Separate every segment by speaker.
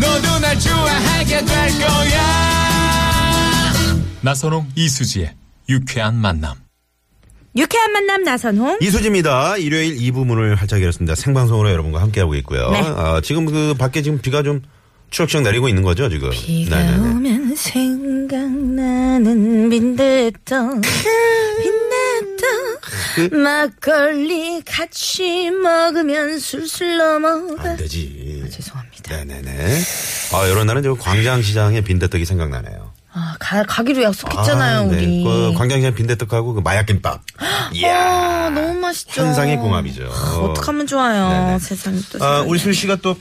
Speaker 1: 너도 날 좋아하게 될 거야. 나선홍 이수지의 유쾌한 만남.
Speaker 2: 유쾌한 만남 나선홍.
Speaker 3: 이수지입니다. 일요일 2부문을 활짝 열었습니다. 생방송으로 여러분과 함께하고 있고요.
Speaker 2: 네.
Speaker 3: 아, 지금 그 밖에 지금 비가 좀 추적추적 내리고 있는 거죠, 지금?
Speaker 2: 비가
Speaker 3: 네네네.
Speaker 2: 오면 생각나는 빈대떡
Speaker 3: 그?
Speaker 2: 빈대떡 막걸리 같이 먹으면 술술 넘어가
Speaker 3: 안 되지.
Speaker 2: 아, 죄송합니다.
Speaker 3: 네네네. 아, 이런 날은 지금 광장시장의 빈대떡이 생각나네요.
Speaker 2: 아, 가, 가기로 약속했잖아요
Speaker 3: 아, 네.
Speaker 2: 우리.
Speaker 3: 그 광장시장 빈대떡하고 그 마약김밥.
Speaker 2: 아,
Speaker 3: 이야.
Speaker 2: 너무 맛있죠.
Speaker 3: 환상의 궁합이죠.
Speaker 2: 아, 어떡하면 좋아요.
Speaker 3: 네네.
Speaker 2: 세상에 또.
Speaker 3: 아,
Speaker 2: 세상에.
Speaker 3: 우리 수지 씨가 또,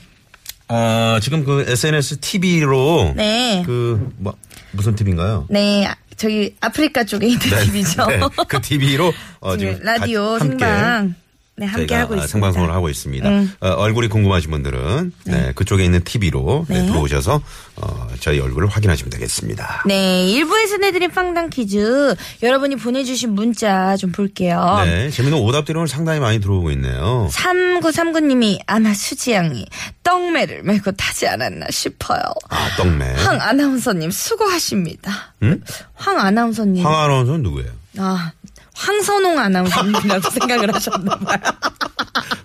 Speaker 3: 아, 지금 그 SNS TV로.
Speaker 2: 네.
Speaker 3: 그, 뭐, 무슨 TV인가요?
Speaker 2: 네 아, 저기 아프리카 쪽에 있는 TV죠.
Speaker 3: 그 TV로 어,
Speaker 2: 네, 지금
Speaker 3: 지금 가-
Speaker 2: 라디오
Speaker 3: 함께
Speaker 2: 생방. 네 함께
Speaker 3: 저희가 아,
Speaker 2: 하고 있습니다.
Speaker 3: 생방송을 하고 있습니다.
Speaker 2: 음.
Speaker 3: 어, 얼굴이 궁금하신 분들은 네, 그쪽에 있는 TV로
Speaker 2: 네.
Speaker 3: 들어오셔서 어, 저희 얼굴을 확인하시면 되겠습니다.
Speaker 2: 네, 1부에서 내드린 빵당 퀴즈. 여러분이 보내주신 문자 좀 볼게요.
Speaker 3: 네, 재밌는 오답들이 오늘 상당히 많이 들어오고 있네요.
Speaker 2: 3939님이 아마 수지양이 떡매를 메고 타지 않았나 싶어요.
Speaker 3: 아, 떡매.
Speaker 2: 황 아나운서님 수고하십니다. 황 아나운서님.
Speaker 3: 황아나운서는 누구예요?
Speaker 2: 아, 황선홍 아나운서님이라고 생각을 하셨나봐요.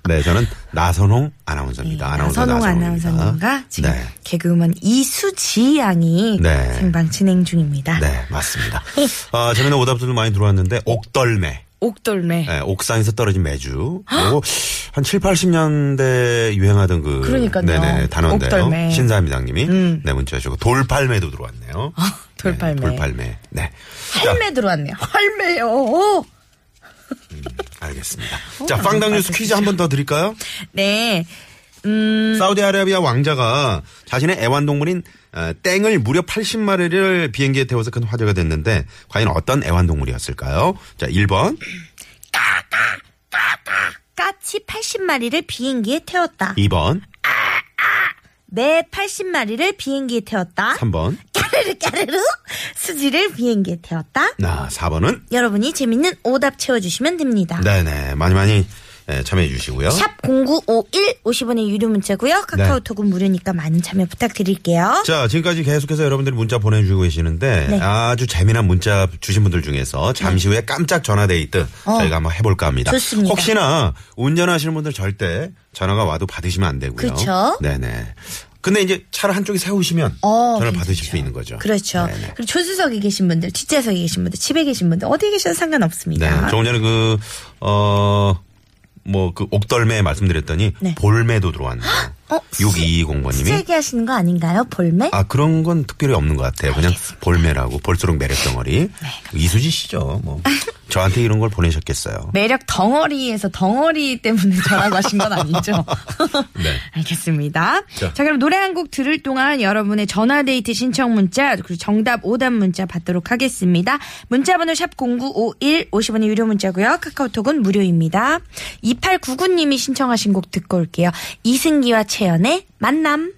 Speaker 3: 네, 저는 나선홍 아나운서입니다. 아나운서
Speaker 2: 선홍 네,
Speaker 3: 나선홍입니다.
Speaker 2: 아나운서님과 지금
Speaker 3: 네.
Speaker 2: 개그우먼 이수지 양이
Speaker 3: 네.
Speaker 2: 생방 진행 중입니다.
Speaker 3: 네, 맞습니다. 아, 재밌는 오답들도 많이 들어왔는데 옥떨매.
Speaker 2: 옥돌매.
Speaker 3: 네, 옥상에서 떨어진 매주. 그리고 한 7, 80년대 유행하던 그
Speaker 2: 그러니까요.
Speaker 3: 네네 단어인데요.
Speaker 2: 옥돌매. 음.
Speaker 3: 신사임당님이 네 문자 주고 돌팔매도 들어왔네요.
Speaker 2: 아, 돌팔매.
Speaker 3: 네, 돌팔매. 네. 자,
Speaker 2: 할매 들어왔네요. 할매요.
Speaker 3: 알겠습니다.
Speaker 2: 어,
Speaker 3: 자, 빵당 뉴스 퀴즈 한 번 더 드릴까요?
Speaker 2: 네. 음,
Speaker 3: 사우디아라비아 왕자가 자신의 애완동물인 어, 땡을 무려 80마리를 비행기에 태워서 큰 화제가 됐는데 과연 어떤 애완동물이었을까요? 자, 1번,
Speaker 2: 까치 80마리를 비행기에 태웠다.
Speaker 3: 2번,
Speaker 2: 매 80마리를 비행기에 태웠다.
Speaker 3: 3번,
Speaker 2: 까르르 까르르 수지를 비행기에 태웠다.
Speaker 3: 나 4번은
Speaker 2: 여러분이 재밌는 오답 채워주시면 됩니다.
Speaker 3: 네네 많이 많이 예, 참여해 주시고요.
Speaker 2: 샵 0951 50원의 유료 문자고요. 카카오톡은 무료니까 많은 참여 부탁드릴게요.
Speaker 3: 자, 지금까지 계속해서 여러분들이 문자 보내주고 계시는데
Speaker 2: 네.
Speaker 3: 아주 재미난 문자 주신 분들 중에서 잠시 후에 깜짝 전화 데이트 저희가 한번 해볼까 합니다.
Speaker 2: 어. 좋습니다.
Speaker 3: 혹시나 운전하시는 분들 절대 전화가 와도 받으시면 안 되고요.
Speaker 2: 그렇죠.
Speaker 3: 네네. 근데 이제 차를 한쪽에 세우시면
Speaker 2: 어,
Speaker 3: 전화를
Speaker 2: 괜찮죠.
Speaker 3: 받으실 수 있는 거죠.
Speaker 2: 그렇죠.
Speaker 3: 네네.
Speaker 2: 그리고 조수석에 계신 분들, 뒷좌석에 계신 분들, 집에 계신 분들, 어디에 계셔도
Speaker 3: 네.
Speaker 2: 상관없습니다.
Speaker 3: 조금 전에 그, 어, 뭐, 그, 옥덜매 말씀드렸더니,
Speaker 2: 네.
Speaker 3: 볼매도 들어왔네요.
Speaker 2: 어,
Speaker 3: 6220번님이.
Speaker 2: 세게 하시는 거 아닌가요? 볼매?
Speaker 3: 아 그런 건 특별히 없는 것 같아요. 그냥 볼매라고 볼수록 매력
Speaker 2: 네,
Speaker 3: 덩어리. 이수지 씨죠. 뭐 저한테 이런 걸 보내셨겠어요.
Speaker 2: 매력 덩어리에서 덩어리 때문에 전화하신 건 아니죠?
Speaker 3: 네.
Speaker 2: 알겠습니다.
Speaker 3: 자.
Speaker 2: 자, 그럼 노래 한 곡 들을 동안 여러분의 전화 데이트 신청 문자 그리고 정답 오답 문자 받도록 하겠습니다. 문자 번호 샵 0951 50원의 유료 문자고요. 카카오톡은 무료입니다. 2899 님이 신청하신 곡 듣고 올게요. 이승기와 채연의 만남.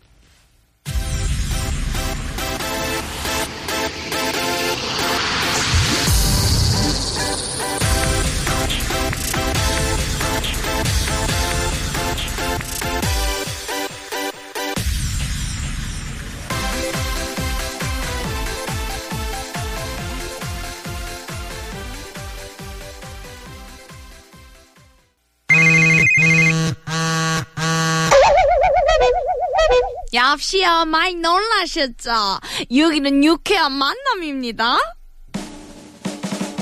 Speaker 4: 역시요 많이 놀라셨죠? 여기는 유쾌한 만남입니다.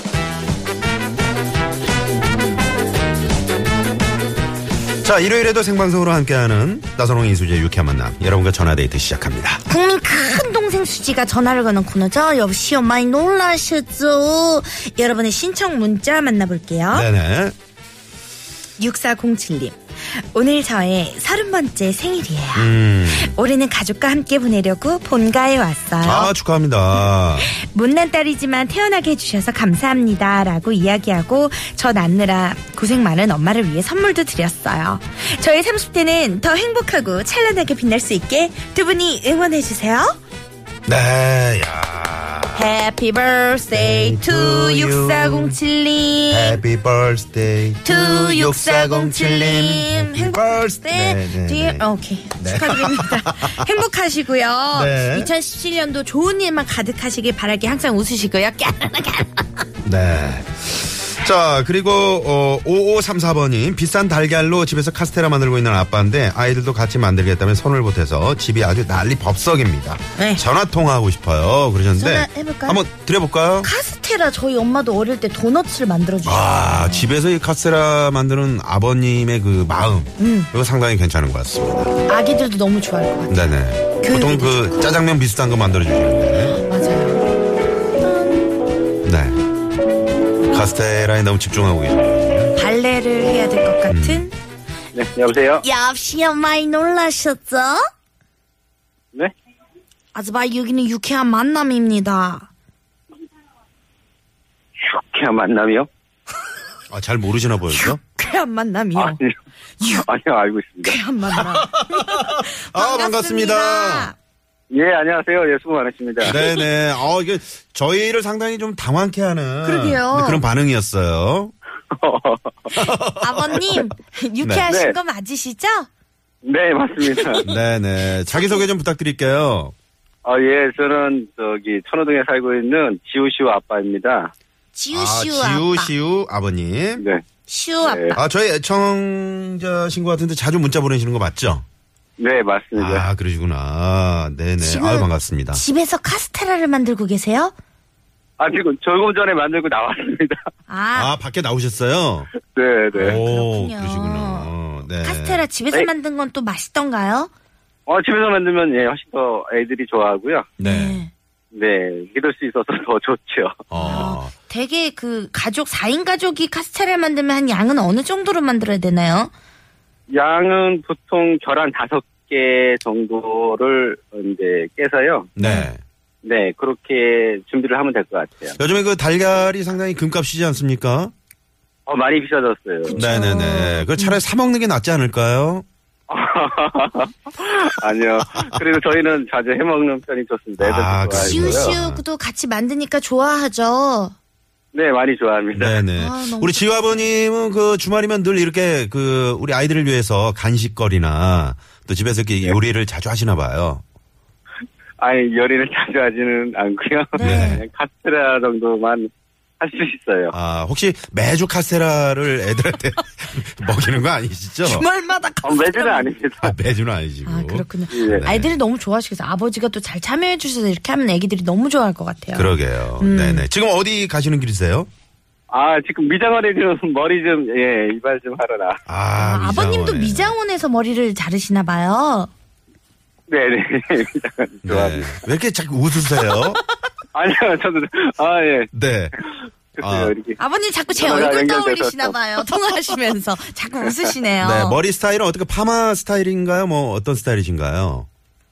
Speaker 2: 네.
Speaker 3: 자 일요일에도 생방송으로 함께하는 나선홍 이수지의 유쾌한 만남 여러분과 전화데이트 시작합니다.
Speaker 2: 국민 그 큰 동생 수지가 전화를 거는 코너죠. 여보시요 많이 놀라셨죠? 어?
Speaker 3: 네.
Speaker 2: 여러분의 신청 문자 만나볼게요.
Speaker 3: 네네.
Speaker 2: 6407님. 오늘 저의 서른 번째 생일이에요.
Speaker 3: 음.
Speaker 2: 올해는 가족과 함께 보내려고 본가에 왔어요.
Speaker 3: 아, 축하합니다.
Speaker 2: 못난 딸이지만 태어나게 해주셔서 감사합니다. 라고 이야기하고 저 낳느라 고생 많은 엄마를 위해 선물도 드렸어요. 저의 30대는 더 행복하고 찬란하게 빛날 수 있게 두 분이 응원해주세요.
Speaker 3: 네, 야.
Speaker 2: Happy birthday to 6407님.
Speaker 3: Happy birthday to
Speaker 2: 26407 님. 행복
Speaker 3: 6407님. 네, 네,
Speaker 2: birthday.
Speaker 3: 네.
Speaker 2: dear- 어, 오케이. 축하드립니다. 행복하시고요.
Speaker 3: 네.
Speaker 2: 2017년도 좋은 일만 가득하시길 바랄게 항상 웃으시고요.
Speaker 3: 네. 자, 그리고, 어, 5534번님, 비싼 달걀로 집에서 카스테라 만들고 있는 아빠인데, 아이들도 같이 만들겠다면 손을 보태서 집이 아주 난리 법석입니다.
Speaker 2: 네.
Speaker 3: 전화통화하고 싶어요. 그러셨는데,
Speaker 2: 전화해볼까요?
Speaker 3: 한번 드려볼까요?
Speaker 2: 카스테라 저희 엄마도 어릴 때 도넛을 만들어 주셨어요.
Speaker 3: 아, 집에서 이 카스테라 만드는 아버님의 그 마음, 이거 상당히 괜찮은 것 같습니다.
Speaker 2: 아기들도 너무 좋아할 것
Speaker 3: 네네.
Speaker 2: 교육이
Speaker 3: 보통 그 짜장면 비슷한 거 만들어주시는데.
Speaker 2: 같아요. 맞아요.
Speaker 3: 네. 카스테라에 너무 집중하고 계십니다.
Speaker 2: 발레를 해야 될 것 같은.
Speaker 3: 음.
Speaker 5: 네, 여보세요?
Speaker 2: 역시요 많이 놀라셨죠?
Speaker 5: 네?
Speaker 2: 아즈바 여기는 유쾌한 만남입니다.
Speaker 5: 유쾌한 만남이요?
Speaker 3: 아, 잘 모르시나 보였죠?
Speaker 2: 유쾌한
Speaker 3: 어.
Speaker 2: 만남이요.
Speaker 5: 아니요. 아니요, 알고 있습니다.
Speaker 2: 유쾌한 만남.
Speaker 3: 아, 반갑습니다.
Speaker 5: 예, 안녕하세요. 예, 수고 많으십니다.
Speaker 3: 네네. 어, 이게 저희를 상당히 좀 당황케 하는 네,
Speaker 2: 그러게요.
Speaker 3: 그런 반응이었어요.
Speaker 2: 아버님 유쾌하신
Speaker 5: 네.
Speaker 2: 거 맞으시죠?
Speaker 5: 네, 맞습니다.
Speaker 3: 네네. 자기소개 좀 부탁드릴게요.
Speaker 5: 아, 예, 저는 저기 천호동에 살고 있는 지우씨와 아빠입니다.
Speaker 2: 지우시우
Speaker 3: 아,
Speaker 2: 아, 빠
Speaker 3: 지우시우 아버님.
Speaker 5: 네.
Speaker 2: 시우 아빠.
Speaker 5: 네,
Speaker 3: 아, 저희 애청자신 것 같은데 자주 문자 보내시는 거 맞죠?
Speaker 5: 네, 맞습니다.
Speaker 3: 아, 그러시구나. 네네.
Speaker 2: 지금-
Speaker 3: 아유, 반갑습니다.
Speaker 2: 집에서 카스테라를 만들고 계세요?
Speaker 5: 아, 지금 조금 전에 만들고 나왔습니다.
Speaker 2: 아,
Speaker 3: 아, 밖에 나오셨어요?
Speaker 5: 네, 네.
Speaker 3: 오,
Speaker 2: 그렇군요.
Speaker 3: 그러시구나. 네.
Speaker 2: 카스테라 집에서
Speaker 5: 네.
Speaker 2: 만든 건 또 맛있던가요?
Speaker 5: 어, 집에서 만들면 예, 훨씬 더 애들이 좋아하고요.
Speaker 3: 네.
Speaker 5: 네, 믿을 수 있어서 더 좋죠.
Speaker 3: 어.
Speaker 2: 되게 그 가족 4인 가족이 카스테라를 만들면 한 양은 어느 정도로 만들어야 되나요?
Speaker 5: 양은 보통 계란 다섯 개 정도를 이제 깨서요.
Speaker 3: 네.
Speaker 5: 네, 그렇게 준비를 하면 될 것 같아요.
Speaker 3: 요즘에 그 달걀이 상당히 금값이지 않습니까?
Speaker 5: 어, 많이 비싸졌어요.
Speaker 3: 네네네. 그
Speaker 2: 음.
Speaker 3: 차라리 사먹는 게 낫지 않을까요?
Speaker 5: 아니요. 그리고 저희는 자주 해먹는 편이 좋습니다. 애들도
Speaker 3: 아,
Speaker 5: 좋아하고요.
Speaker 3: 그래요?
Speaker 2: 지우시우도 같이 만드니까
Speaker 3: 어.
Speaker 2: 좋아하죠.
Speaker 5: 네, 많이 좋아합니다.
Speaker 3: 네네.
Speaker 2: 아, 너무
Speaker 3: 우리 지우 아버님은 그 주말이면 늘 이렇게 그 우리 아이들을 위해서 간식거리나 또 집에서 이렇게
Speaker 2: 네.
Speaker 3: 요리를 자주 하시나 봐요.
Speaker 5: 아니, 요리를 자주 하지는 않고요.
Speaker 3: 네.
Speaker 5: 그냥 카스테라 정도만 할 수 있어요.
Speaker 3: 아, 혹시 매주 카스테라를 애들한테 먹이는 거 아니시죠?
Speaker 2: 주말마다
Speaker 5: 어, 매주는 아닙니다.
Speaker 3: 아, 매주는 아니시고.
Speaker 2: 아 그렇군요.
Speaker 5: 예.
Speaker 2: 아이들이 너무 좋아하시겠어요. 아버지가 또 잘 참여해 주셔서 이렇게 하면 아기들이 너무 좋아할 것
Speaker 3: 그렇죠.
Speaker 2: 같아요.
Speaker 3: 그러게요.
Speaker 2: 음.
Speaker 3: 네네. 지금 어디 가시는 길이세요?
Speaker 5: 아, 지금 미장원에 좀 머리 좀, 예, 이발 좀 하러라.
Speaker 3: 아,
Speaker 2: 아, 아버님도
Speaker 3: 미장원에.
Speaker 2: 미장원에서 머리를 자르시나 봐요.
Speaker 5: 네네. 미장원
Speaker 3: 네.
Speaker 5: 좋아합니다.
Speaker 3: 왜 이렇게 자꾸 웃으세요?
Speaker 5: 아니요, 저도, 아, 예.
Speaker 3: 네.
Speaker 5: 글쎄요,
Speaker 3: 아.
Speaker 5: 이렇게.
Speaker 2: 아버님 자꾸 제
Speaker 5: 전화가
Speaker 2: 얼굴
Speaker 5: 연결돼서
Speaker 2: 떠올리시나 봐요. 통화하시면서 자꾸 웃으시네요.
Speaker 3: 네, 머리 스타일은 어떻게 파마 스타일인가요? 뭐 어떤 스타일이신가요?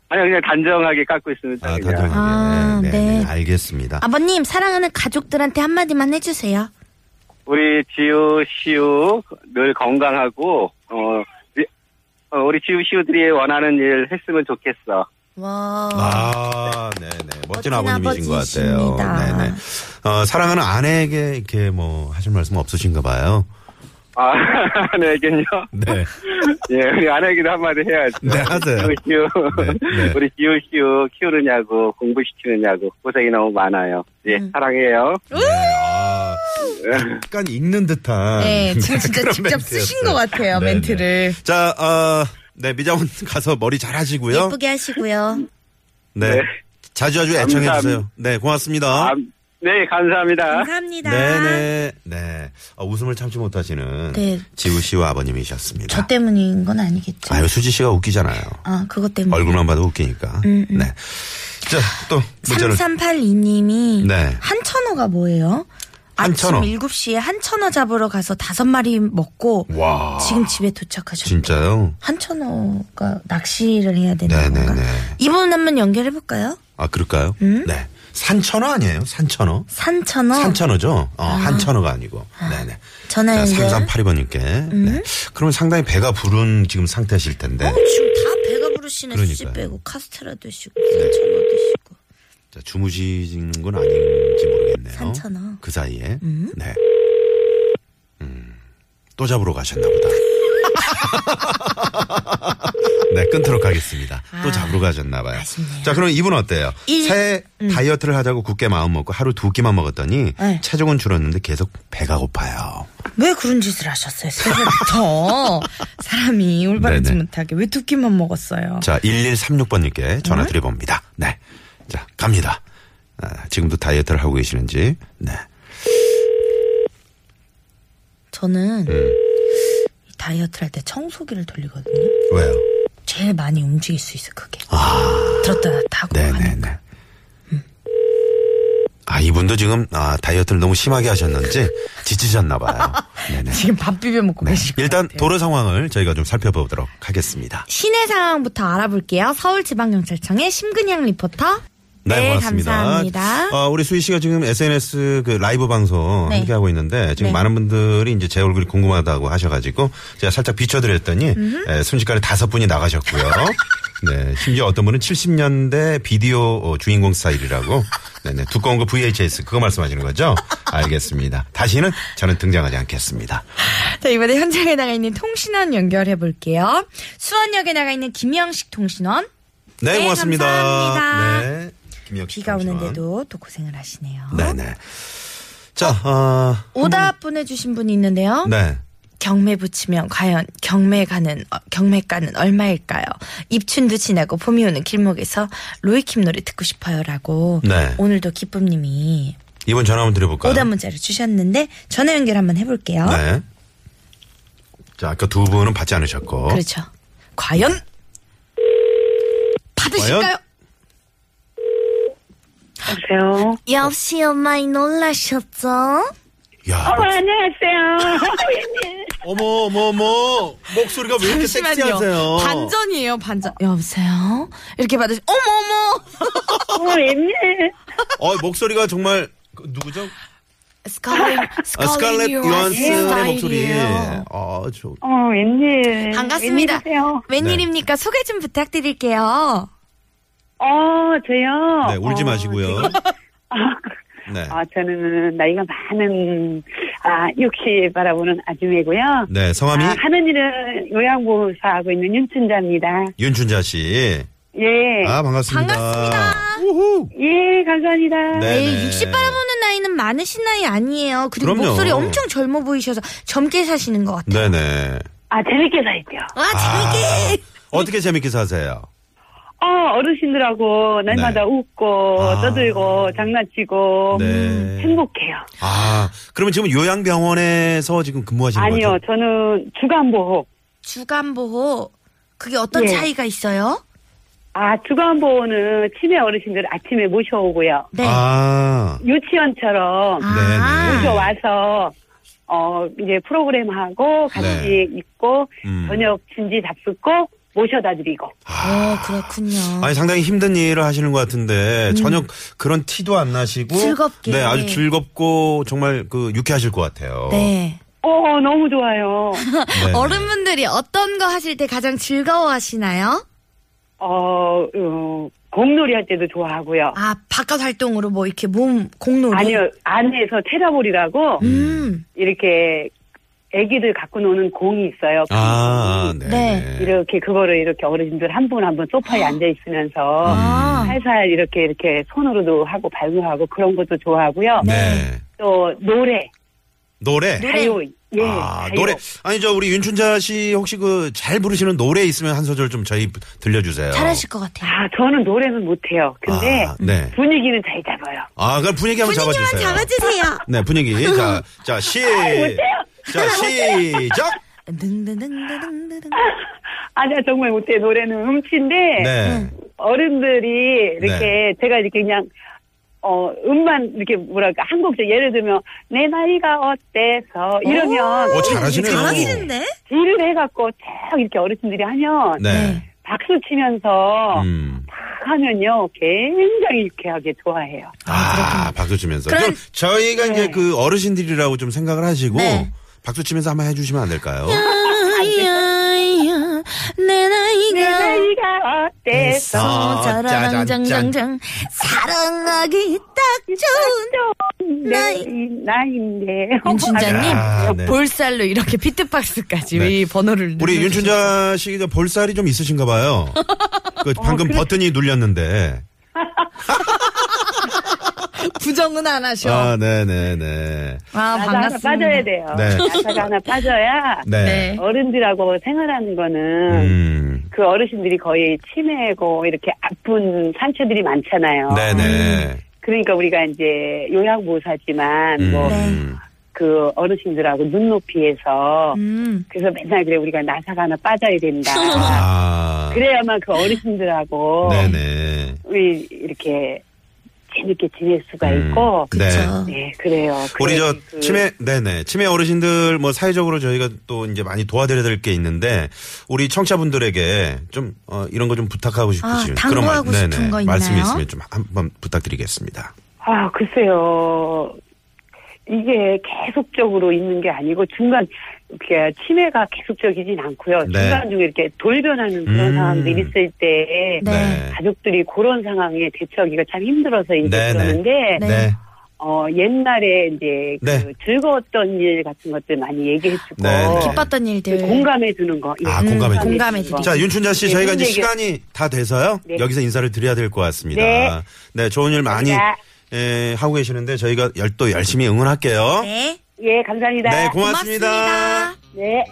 Speaker 5: 아니요, 그냥 단정하게 깎고 있습니다.
Speaker 3: 아,
Speaker 5: 그냥.
Speaker 3: 다들
Speaker 2: 아,
Speaker 3: 네,
Speaker 2: 네.
Speaker 3: 네, 네, 알겠습니다.
Speaker 2: 아버님 사랑하는 가족들한테 한마디만 해주세요.
Speaker 5: 우리 지우, 시우 늘 건강하고 어, 이- 어, 우리 지우, 시우들이 원하는 일 했으면 좋겠어.
Speaker 2: 와.
Speaker 3: 아, 네, 네. 멋진
Speaker 2: 뭐. 멋진
Speaker 3: 아버님이신 것 같아요.
Speaker 2: 아버지십니다.
Speaker 3: 네, 네. 어, 사랑하는 아내에게 이렇게 뭐 하실 말씀 없으신가 봐요.
Speaker 5: 아, 아내에겐요?
Speaker 3: 네.
Speaker 5: 예, 우리 아내에게도 한마디 해야죠.
Speaker 3: 네, 하세요.
Speaker 5: 우리 지우,
Speaker 3: 네, 네.
Speaker 5: 우리 지우, 시우 키우느냐고 공부시키느냐고 고생이 너무 많아요. 예, 사랑해요.
Speaker 3: 아, 약간 있는 듯한.
Speaker 2: 네, 지금 진짜
Speaker 3: 그런
Speaker 2: 직접 쓰신
Speaker 3: 멘트였어요.
Speaker 2: 것 같아요,
Speaker 3: 네, 네.
Speaker 2: 멘트를.
Speaker 3: 자, 어, 네, 미장원 가서 머리 잘 하시고요.
Speaker 2: 예쁘게 하시고요.
Speaker 3: 네.
Speaker 5: 네.
Speaker 3: 자주자주 애청해주세요. 네, 고맙습니다.
Speaker 5: 아, 네, 감사합니다.
Speaker 2: 감사합니다.
Speaker 3: 네네. 네. 아, 웃음을 참지 못하시는
Speaker 2: 네.
Speaker 3: 지우 씨와 아버님이셨습니다.
Speaker 2: 저 때문인 건 아니겠죠.
Speaker 3: 아유, 수지 씨가 웃기잖아요.
Speaker 2: 아, 그것 때문에.
Speaker 3: 얼굴만 봐도 웃기니까.
Speaker 2: 음,
Speaker 3: 네. 자, 또 문제는
Speaker 2: 3382님이
Speaker 3: 네.
Speaker 2: 한천호가 뭐예요? 아침
Speaker 3: 한천어.
Speaker 2: 7시에 한천어 잡으러 가서 다섯 마리 먹고
Speaker 3: 와.
Speaker 2: 지금 집에 도착하셨어요.
Speaker 3: 진짜요?
Speaker 2: 한천어가 낚시를 해야 되는
Speaker 3: 네네네.
Speaker 2: 건가? 이분 한번 연결해 볼까요?
Speaker 3: 아, 그럴까요? 네. 산천어 아니에요? 산천어?
Speaker 2: 음? 산천어. 아.
Speaker 3: 산천어죠? 어, 한천어가 아니고. 네네.
Speaker 2: 전화
Speaker 3: 자,
Speaker 2: 연결.
Speaker 3: 3382번님께.
Speaker 2: 음.
Speaker 3: 네. 그러면 상당히 배가 부른 지금 상태실 텐데.
Speaker 2: 어, 지금 다 배가 부르시네. 수지
Speaker 3: 그러니까요. 네.
Speaker 2: 빼고 카스테라 드시고 산천어 드시고.
Speaker 3: 자, 주무시는 건 아닌지 모르겠네요.
Speaker 2: 산천어.
Speaker 3: 그 사이에. 네. 음. 또 잡으러 가셨나 보다. 네, 끊도록 하겠습니다. 또 잡으러 가셨나 봐요.
Speaker 2: 아, 아쉽네요.
Speaker 3: 자, 그럼 이분 어때요?
Speaker 2: 일- 음.
Speaker 3: 새해 다이어트를 하자고 굳게 마음 먹고 하루 두 끼만 먹었더니
Speaker 2: 네.
Speaker 3: 체중은 줄었는데 계속 배가 고파요.
Speaker 2: 왜 그런 짓을 하셨어요? 새벽부터 사람이 올바르지
Speaker 3: 네네.
Speaker 2: 못하게 왜 두 끼만 먹었어요?
Speaker 3: 자, 1136번님께 전화
Speaker 2: 음?
Speaker 3: 드려봅니다. 네. 자, 갑니다. 아, 지금도 다이어트를 하고 계시는지. 네.
Speaker 2: 저는
Speaker 3: 네.
Speaker 2: 이 다이어트를 할 때 청소기를 돌리거든요.
Speaker 3: 왜요? 아.
Speaker 2: 제일 많이 움직일 수 있어 그게. 들었다 놨다 하고 하는 거.
Speaker 3: 네네네. 아, 이분도 지금, 아, 다이어트를 너무 심하게 하셨는지 지치셨나봐요. 네네.
Speaker 2: 지금 밥 비벼 먹고
Speaker 3: 네.
Speaker 2: 계시고.
Speaker 3: 일단 도로 상황을 저희가 좀 살펴보도록 하겠습니다.
Speaker 2: 시내 상황부터 알아볼게요. 서울지방경찰청의 심근양 리포터.
Speaker 3: 네, 고맙습니다.
Speaker 2: 네, 감사합니다.
Speaker 3: 어, 우리 수희 씨가 지금 SNS 그 라이브 방송
Speaker 2: 네.
Speaker 3: 함께 하고 있는데 지금
Speaker 2: 네.
Speaker 3: 많은 분들이 이제 제 얼굴이 궁금하다고 하셔가지고 제가 살짝 비춰드렸더니 에, 순식간에 다섯 분이 나가셨고요. 네, 심지어 어떤 분은 70년대 비디오 어, 주인공 스타일이라고. 네네, 두꺼운 거 VHS 그거 말씀하시는 거죠? 알겠습니다. 다시는 저는 등장하지 않겠습니다.
Speaker 2: 자, 이번에 현장에 나가 있는 통신원 연결해 볼게요. 수원역에 나가 있는 김영식 통신원.
Speaker 3: 네,
Speaker 2: 네,
Speaker 3: 고맙습니다.
Speaker 2: 감사합니다.
Speaker 3: 네, 김혁 씨
Speaker 2: 비가
Speaker 3: 잠시만.
Speaker 2: 오는데도 또 고생을 하시네요.
Speaker 3: 네네. 자, 아,
Speaker 2: 어? 오답 보내주신 분이 있는데요.
Speaker 3: 네.
Speaker 2: 경매 붙이면 과연 경매 가는 어, 경매가는 얼마일까요? 입춘도 지나고 봄이 오는 길목에서 로이킴 노래 듣고 싶어요라고
Speaker 3: 네.
Speaker 2: 오늘도 기쁨님이
Speaker 3: 이번 전화 한번 드려볼까요?
Speaker 2: 오답 문자를 주셨는데 전화 연결 한번 해볼게요.
Speaker 3: 네. 자, 아까 두 분은 받지 않으셨고.
Speaker 2: 그렇죠. 과연
Speaker 4: 받으실까요?
Speaker 6: 안녕하세요.
Speaker 4: 역시 엄마이 놀라셨죠?
Speaker 3: 야,
Speaker 6: 어머, 안녕하세요.
Speaker 3: 어머, 어머, 어머. 목소리가 왜 이렇게 섹시하세요?
Speaker 4: 반전이에요, 반전. 여보세요? 이렇게 받으시, 어머머!
Speaker 6: 어머, 웬일.
Speaker 3: 어, 목소리가 정말 그 누구죠?
Speaker 4: 스칼렛,
Speaker 3: 아, 스칼렛 요한슨의
Speaker 4: 스타일이에요.
Speaker 3: 목소리. 아, 저
Speaker 6: 어머, 웬일.
Speaker 4: 반갑습니다.
Speaker 6: 웬일이세요?
Speaker 4: 웬일입니까?
Speaker 3: 네.
Speaker 4: 소개 좀 부탁드릴게요.
Speaker 6: 어, 저요.
Speaker 3: 네, 울지
Speaker 6: 어,
Speaker 3: 마시고요.
Speaker 6: 지금-
Speaker 3: 네.
Speaker 6: 아, 저는 나이가 많은, 아, 60 바라보는 아줌이고요.
Speaker 3: 네, 성함이
Speaker 6: 아, 하는 일은 요양보호사하고 있는 윤춘자입니다.
Speaker 3: 윤춘자 씨.
Speaker 6: 예.
Speaker 3: 아, 반갑습니다.
Speaker 4: 반갑습니다.
Speaker 3: 우후.
Speaker 6: 예, 감사합니다.
Speaker 3: 네,
Speaker 2: 에이,
Speaker 3: 네.
Speaker 2: 60 바라보는 나이는 많으신 나이 아니에요. 그리고
Speaker 3: 그럼요.
Speaker 2: 목소리 엄청 젊어 보이셔서 젊게 사시는 것 같아요.
Speaker 3: 네네.
Speaker 6: 아, 재밌게 살죠.
Speaker 3: 아, 재밌게! 어떻게 재밌게 사세요?
Speaker 6: 어, 어르신들하고 날마다 웃고,
Speaker 3: 아.
Speaker 6: 떠들고, 장난치고.
Speaker 3: 네.
Speaker 6: 행복해요.
Speaker 3: 아, 그러면 지금 요양병원에서 지금 근무하시는 거죠?
Speaker 6: 아니요, 저는 주간보호.
Speaker 2: 주간보호 그게 어떤
Speaker 6: 예.
Speaker 2: 차이가 있어요?
Speaker 6: 아, 주간보호는 치매 어르신들 아침에 모셔오고요.
Speaker 2: 네.
Speaker 3: 아,
Speaker 6: 유치원처럼
Speaker 3: 네네.
Speaker 6: 모셔와서, 어, 이제
Speaker 3: 네.
Speaker 6: 프로그램하고 같이 있고,
Speaker 3: 음.
Speaker 6: 저녁 진지 다 쓰고, 모셔다 드리고.
Speaker 2: 어, 그렇군요.
Speaker 3: 아, 아니 상당히 힘든 일을 하시는 것 같은데 전혀 그런 티도 안 나시고
Speaker 2: 즐겁게.
Speaker 3: 네 아주 즐겁고 정말 그 유쾌하실 것 같아요.
Speaker 2: 네.
Speaker 6: 어, 너무 좋아요.
Speaker 3: 네.
Speaker 4: 어른분들이 어떤 거 하실 때 가장 즐거워 하시나요?
Speaker 6: 어, 어, 공놀이 할 때도 좋아하고요.
Speaker 2: 아, 바깥 활동으로 뭐 이렇게 몸 공놀이.
Speaker 3: 네.
Speaker 6: 아니요, 안에서 테라볼이라고,
Speaker 2: 음.
Speaker 6: 이렇게, 애기들 갖고 노는 공이 있어요.
Speaker 3: 아, 네.
Speaker 2: 네.
Speaker 6: 이렇게 그거를 이렇게 어르신들 한 분 한 분 소파에 앉아 있으면서
Speaker 3: 아.
Speaker 6: 살살 이렇게 이렇게 손으로도 하고 발로 하고 그런 것도 좋아하고요.
Speaker 3: 네.
Speaker 6: 또 노래,
Speaker 3: 노래.
Speaker 6: 가요, 예,
Speaker 3: 아,
Speaker 6: 가요.
Speaker 3: 노래. 아니 저 우리 윤춘자 씨 혹시 그 잘 부르시는 노래 있으면 한 소절 좀 저희 들려 주세요.
Speaker 2: 잘하실 것 같아요.
Speaker 6: 아, 저는 노래는 못해요. 근데
Speaker 3: 아, 네.
Speaker 6: 분위기는 잘 잡아요.
Speaker 3: 아, 그럼 분위기 한번 잡아 주세요.
Speaker 4: 잡아주세요.
Speaker 3: 네, 분위기. 자, 자, 시. 자, 시작.
Speaker 2: 능등등등등등.
Speaker 6: 아, 나 정말 못해요. 노래는 음치인데
Speaker 3: 네.
Speaker 6: 어른들이 이렇게 제가 이렇게 그냥 어, 음만 이렇게 뭐랄까, 한국적 예를 들면, 내 나이가 어때서 이러면.
Speaker 3: 오, 잘하시네요.
Speaker 2: 잘하시는데?
Speaker 6: 딜을 해갖고 쭉 이렇게 어르신들이 하면
Speaker 3: 네.
Speaker 6: 박수 치면서
Speaker 3: 음.
Speaker 6: 탁 하면요 굉장히 유쾌하게 좋아해요.
Speaker 3: 아, 박수 치면서. 그럼 저희가 이제 그 어르신들이라고 좀 생각을 하시고
Speaker 2: 네.
Speaker 3: 박수 치면서 한번 해주시면 안 될까요?
Speaker 4: 야야 내
Speaker 6: 내
Speaker 4: 나이가
Speaker 6: 나이가 어때서
Speaker 3: 아, 짜잔,
Speaker 4: 짜장장장장 사랑하기
Speaker 6: 네.
Speaker 4: 딱 좋은
Speaker 6: 내 나이인데
Speaker 4: 윤춘자님
Speaker 3: 아, 네.
Speaker 4: 볼살로 이렇게 비트박스까지
Speaker 3: 네.
Speaker 4: 이 번호를
Speaker 3: 우리 윤춘자 씨가 이제 볼살이 좀 있으신가 봐요. 그 방금 버튼이 눌렸는데.
Speaker 4: 부정은 안 하셔.
Speaker 2: 그렇죠.
Speaker 4: 아,
Speaker 3: 아, 네네네.
Speaker 6: 하나
Speaker 4: 반갑습니다.
Speaker 6: 빠져야 돼요.
Speaker 3: 네.
Speaker 6: 나사가 하나 빠져야
Speaker 3: 네.
Speaker 4: 네.
Speaker 6: 어른들하고 생활하는 거는
Speaker 3: 음.
Speaker 6: 그 어르신들이 거의 치매고 이렇게 아픈 상처들이 많잖아요.
Speaker 3: 네네.
Speaker 6: 그러니까 우리가 이제 요양보호사지만 뭐
Speaker 4: 네.
Speaker 3: 음.
Speaker 6: 그 어르신들하고 눈높이에서
Speaker 4: 음.
Speaker 6: 그래서 맨날 그래 우리가 나사가 하나 빠져야 된다.
Speaker 3: 아.
Speaker 6: 그래야만 그 어르신들하고
Speaker 3: 네네.
Speaker 6: 우리 이렇게 재밌게 지낼 수가
Speaker 3: 음,
Speaker 6: 있고
Speaker 3: 네.
Speaker 6: 네 그래요.
Speaker 3: 우리 저
Speaker 6: 그래야지 그-
Speaker 3: 치매 네네 치매 어르신들 뭐 사회적으로 저희가 또 이제 많이 도와드려야 될 게 있는데 우리 청취자분들에게 좀 어, 이런 거 좀 부탁하고 싶으신 말-
Speaker 2: 아, 당부하고 싶은 거 있나요?
Speaker 3: 말씀이 있으면 좀 한번 부탁드리겠습니다.
Speaker 6: 아 글쎄요 이게 계속적으로 있는 게 아니고 중간 이렇게 치매가 계속적이진 않고요
Speaker 3: 네.
Speaker 6: 중간 중에 이렇게 돌변하는 그런
Speaker 3: 음.
Speaker 6: 상황들이 있을 때
Speaker 3: 네.
Speaker 6: 가족들이 그런 상황에 대처하기가 참 힘들어서 이제
Speaker 3: 네, 네.
Speaker 6: 그러는데
Speaker 3: 네.
Speaker 6: 어, 옛날에 이제 그
Speaker 3: 네.
Speaker 6: 즐거웠던 일 같은 것들 많이 얘기해주고
Speaker 3: 네, 네.
Speaker 4: 기뻤던
Speaker 6: 그
Speaker 4: 일들.
Speaker 6: 공감해 주는 거. 예,
Speaker 3: 아, 공감해 주는
Speaker 4: 공감해
Speaker 6: 주는 거.
Speaker 3: 자 윤춘자 씨
Speaker 6: 네,
Speaker 3: 저희가 이제
Speaker 6: 힘들게-
Speaker 3: 시간이 다 돼서요
Speaker 6: 네.
Speaker 3: 여기서 인사를 드려야 될 것 같습니다.
Speaker 6: 네.
Speaker 3: 네, 좋은 일 많이
Speaker 6: 감사합니다.
Speaker 3: 예, 하고 계시는데 저희가 열- 또 열심히 응원할게요.
Speaker 2: 네.
Speaker 6: 예, 감사합니다.
Speaker 3: 네, 고맙습니다.
Speaker 6: 네.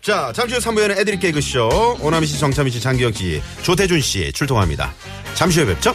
Speaker 3: 자, 잠시 후 3부에는 애드립 개그쇼, 오나미 씨, 정차미 씨, 장기혁 씨, 조태준 씨 출동합니다. 잠시 후에 뵙죠.